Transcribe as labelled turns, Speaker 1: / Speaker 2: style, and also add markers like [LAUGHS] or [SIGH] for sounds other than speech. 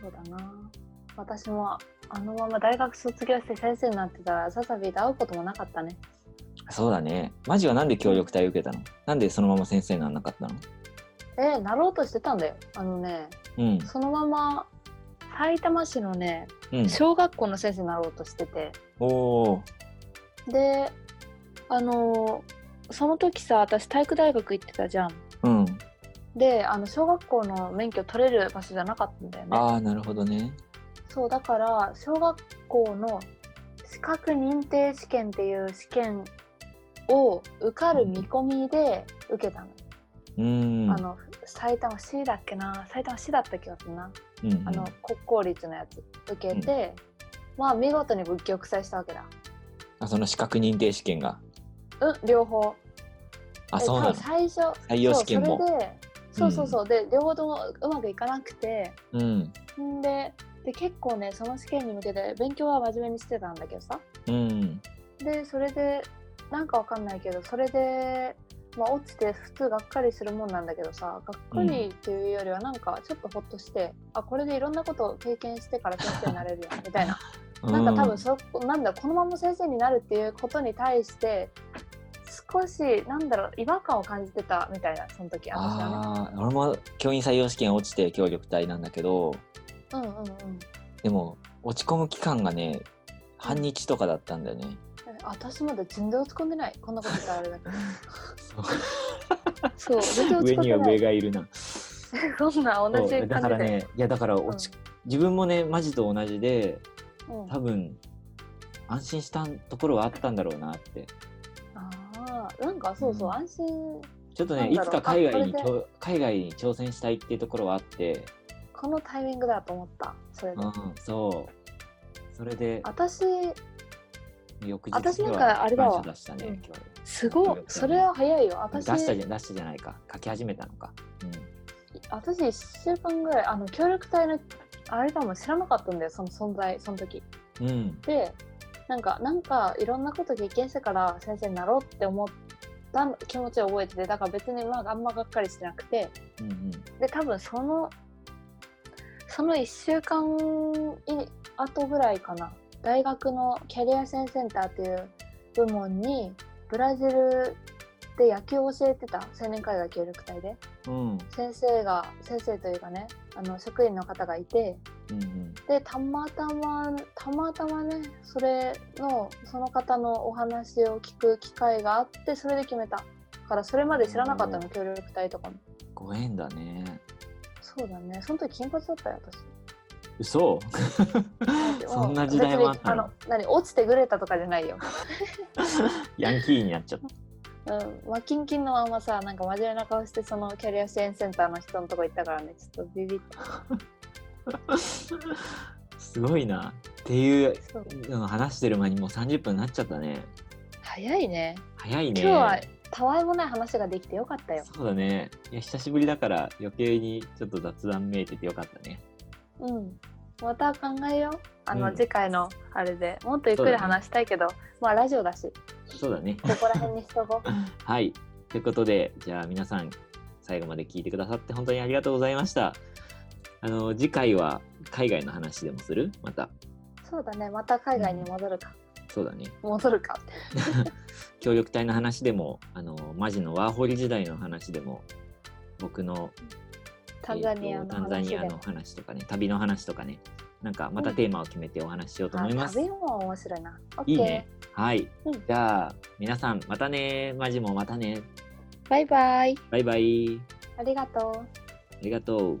Speaker 1: そうだな私もあのまま大学卒業して先生になってたらサザビーと会うこともなかったね
Speaker 2: そうだねマジはなんで協力隊受けたのなんでそのまま先生になんなかったの
Speaker 1: えなろうとしてたんだよあのね
Speaker 2: うん
Speaker 1: そのままさいたま市のね
Speaker 2: うん
Speaker 1: 小学校の先生になろうとしてて
Speaker 2: おお
Speaker 1: であのその時さ私体育大学行ってたじゃん
Speaker 2: ーうん
Speaker 1: であの小学校の免許取れる場所じゃなかったんだよね
Speaker 2: ああなるほどね
Speaker 1: そうだから小学校の資格認定試験っていう試験を受かる見込みで受けたの,、
Speaker 2: うーん
Speaker 1: あの埼玉市だっけな埼玉市だった気がするな、
Speaker 2: うんうん
Speaker 1: あの国公立のやつ受けて、まあ見事に仏教祭したわけだ
Speaker 2: あその資格認定試験が
Speaker 1: うん両方
Speaker 2: あ
Speaker 1: で
Speaker 2: そうな
Speaker 1: 多
Speaker 2: の
Speaker 1: 分最初
Speaker 2: 採用試験も
Speaker 1: そうそれでそうそうそう、で両方ともうまくいかなくて
Speaker 2: うん
Speaker 1: んでで結構ねその試験に向けて勉強は真面目にしてたんだけどさ
Speaker 2: うん
Speaker 1: でそれでなんかわかんないけどそれで、まあ、落ちて普通がっかりするもんなんだけどさがっかりっていうよりはなんかちょっとほっとして、あこれでいろんなことを経験してから先生になれる
Speaker 2: [LAUGHS]
Speaker 1: よみたいななんか多分そなんだろうこのまま先生になるっていうことに対して少しなんだろう違和感を感じてたみたいなその時私はね。
Speaker 2: ああー俺も教員採用試験落ちて協力隊なんだけど
Speaker 1: うんうんうん
Speaker 2: でも落ち込む期間がね半日とかだったんだよね。
Speaker 1: 私まだ全然落ち込んでないこんなこと言ったらあれ
Speaker 2: [LAUGHS]
Speaker 1: だけど
Speaker 2: そ
Speaker 1: そう全然落
Speaker 2: 上
Speaker 1: ち込ん
Speaker 2: に
Speaker 1: で
Speaker 2: は
Speaker 1: な
Speaker 2: 上
Speaker 1: い
Speaker 2: がいるな。
Speaker 1: [LAUGHS] そんな同じ
Speaker 2: そう
Speaker 1: 感じで
Speaker 2: だからねいやだから落ち、自分もねマジと同じで
Speaker 1: うん、
Speaker 2: 多分安心したところはあったんだろうなって
Speaker 1: ああなんかそうそう、
Speaker 2: うん
Speaker 1: 安心
Speaker 2: ちょっと
Speaker 1: な
Speaker 2: ね
Speaker 1: ん
Speaker 2: い
Speaker 1: だろ
Speaker 2: つ
Speaker 1: う
Speaker 2: か海外に
Speaker 1: あこ
Speaker 2: と海外に挑戦したいっていうところはあって、
Speaker 1: このタイミングだと思ったそれで、
Speaker 2: うん、そうそれで
Speaker 1: 私
Speaker 2: 翌日
Speaker 1: 私
Speaker 2: に
Speaker 1: なん
Speaker 2: は
Speaker 1: かあれだわ
Speaker 2: 感謝出したね、
Speaker 1: うん
Speaker 2: 今日
Speaker 1: すごいそれは早いよ
Speaker 2: 出
Speaker 1: 私
Speaker 2: したじゃ出したじゃないか書き始めたのか、
Speaker 1: 私1週間ぐらいあの協力隊のあれかも知らなかったんだよその存在その時
Speaker 2: うん、うん、
Speaker 1: でなんかなんかいろんなこと経験してから先生になろうって思った気持ちを覚えててだから別にまああんまがっかりしてなくて
Speaker 2: うんうん
Speaker 1: で多分そのその1週間い後ぐらいかな大学のキャリア支援センターっていう部門にブラジルで野球を教えてた青年海外協力隊で
Speaker 2: うん
Speaker 1: 先生が先生というかねあの職員の方がいて
Speaker 2: うんうん
Speaker 1: でたまたまたまたまねそれのその方のお話を聞く機会があってそれで決めたからそれまで知らなかったの協力隊とかも
Speaker 2: ご縁だね
Speaker 1: そうだねその時金髪だったよ私。
Speaker 2: 嘘 [LAUGHS] そんな時代もあった
Speaker 1: 別に
Speaker 2: の
Speaker 1: 何落ちてぐれたとかじゃないよ、
Speaker 2: ヤンキーになっちゃった
Speaker 1: うんまあ、キンキンのままさなんか真面目な顔してそのキャリア支援センターの人のとこ行ったからねちょっとビビって
Speaker 2: すごいなっていう
Speaker 1: そう
Speaker 2: のを話してる間にもう30分になっちゃったね
Speaker 1: 早いね
Speaker 2: 早いね
Speaker 1: 今日はたわいもない話ができてよかったよ
Speaker 2: そうだねいや久しぶりだから余計にちょっと雑談めいててよかったね
Speaker 1: うんまた考えようあの、
Speaker 2: うん
Speaker 1: 次回のあれでもっとゆっくり話したいけど、まあラジオだし
Speaker 2: そうだね [LAUGHS]
Speaker 1: ここら辺にしとこう
Speaker 2: はいということでじゃあ皆さん最後まで聞いてくださって本当にありがとうございましたあの次回は海外の話でもするまた
Speaker 1: [LAUGHS] そうだねまた海外に戻るか、
Speaker 2: そうだね
Speaker 1: 戻るか
Speaker 2: 協力隊の話でもあのマジのワーホリ時代の話でも僕の
Speaker 1: タンザニア
Speaker 2: えー
Speaker 1: の
Speaker 2: とタンザ
Speaker 1: 話
Speaker 2: ニ
Speaker 1: で
Speaker 2: アの話とかね旅の話とかねなんかまたテーマを決めてお話ししようと思いま
Speaker 1: あ
Speaker 2: す、
Speaker 1: 旅も面白いな OK
Speaker 2: いいねはい、
Speaker 1: うん
Speaker 2: じゃあ皆さんまたねマジもまたね
Speaker 1: バイバイ
Speaker 2: バイバイ
Speaker 1: ありがとう
Speaker 2: ありがとう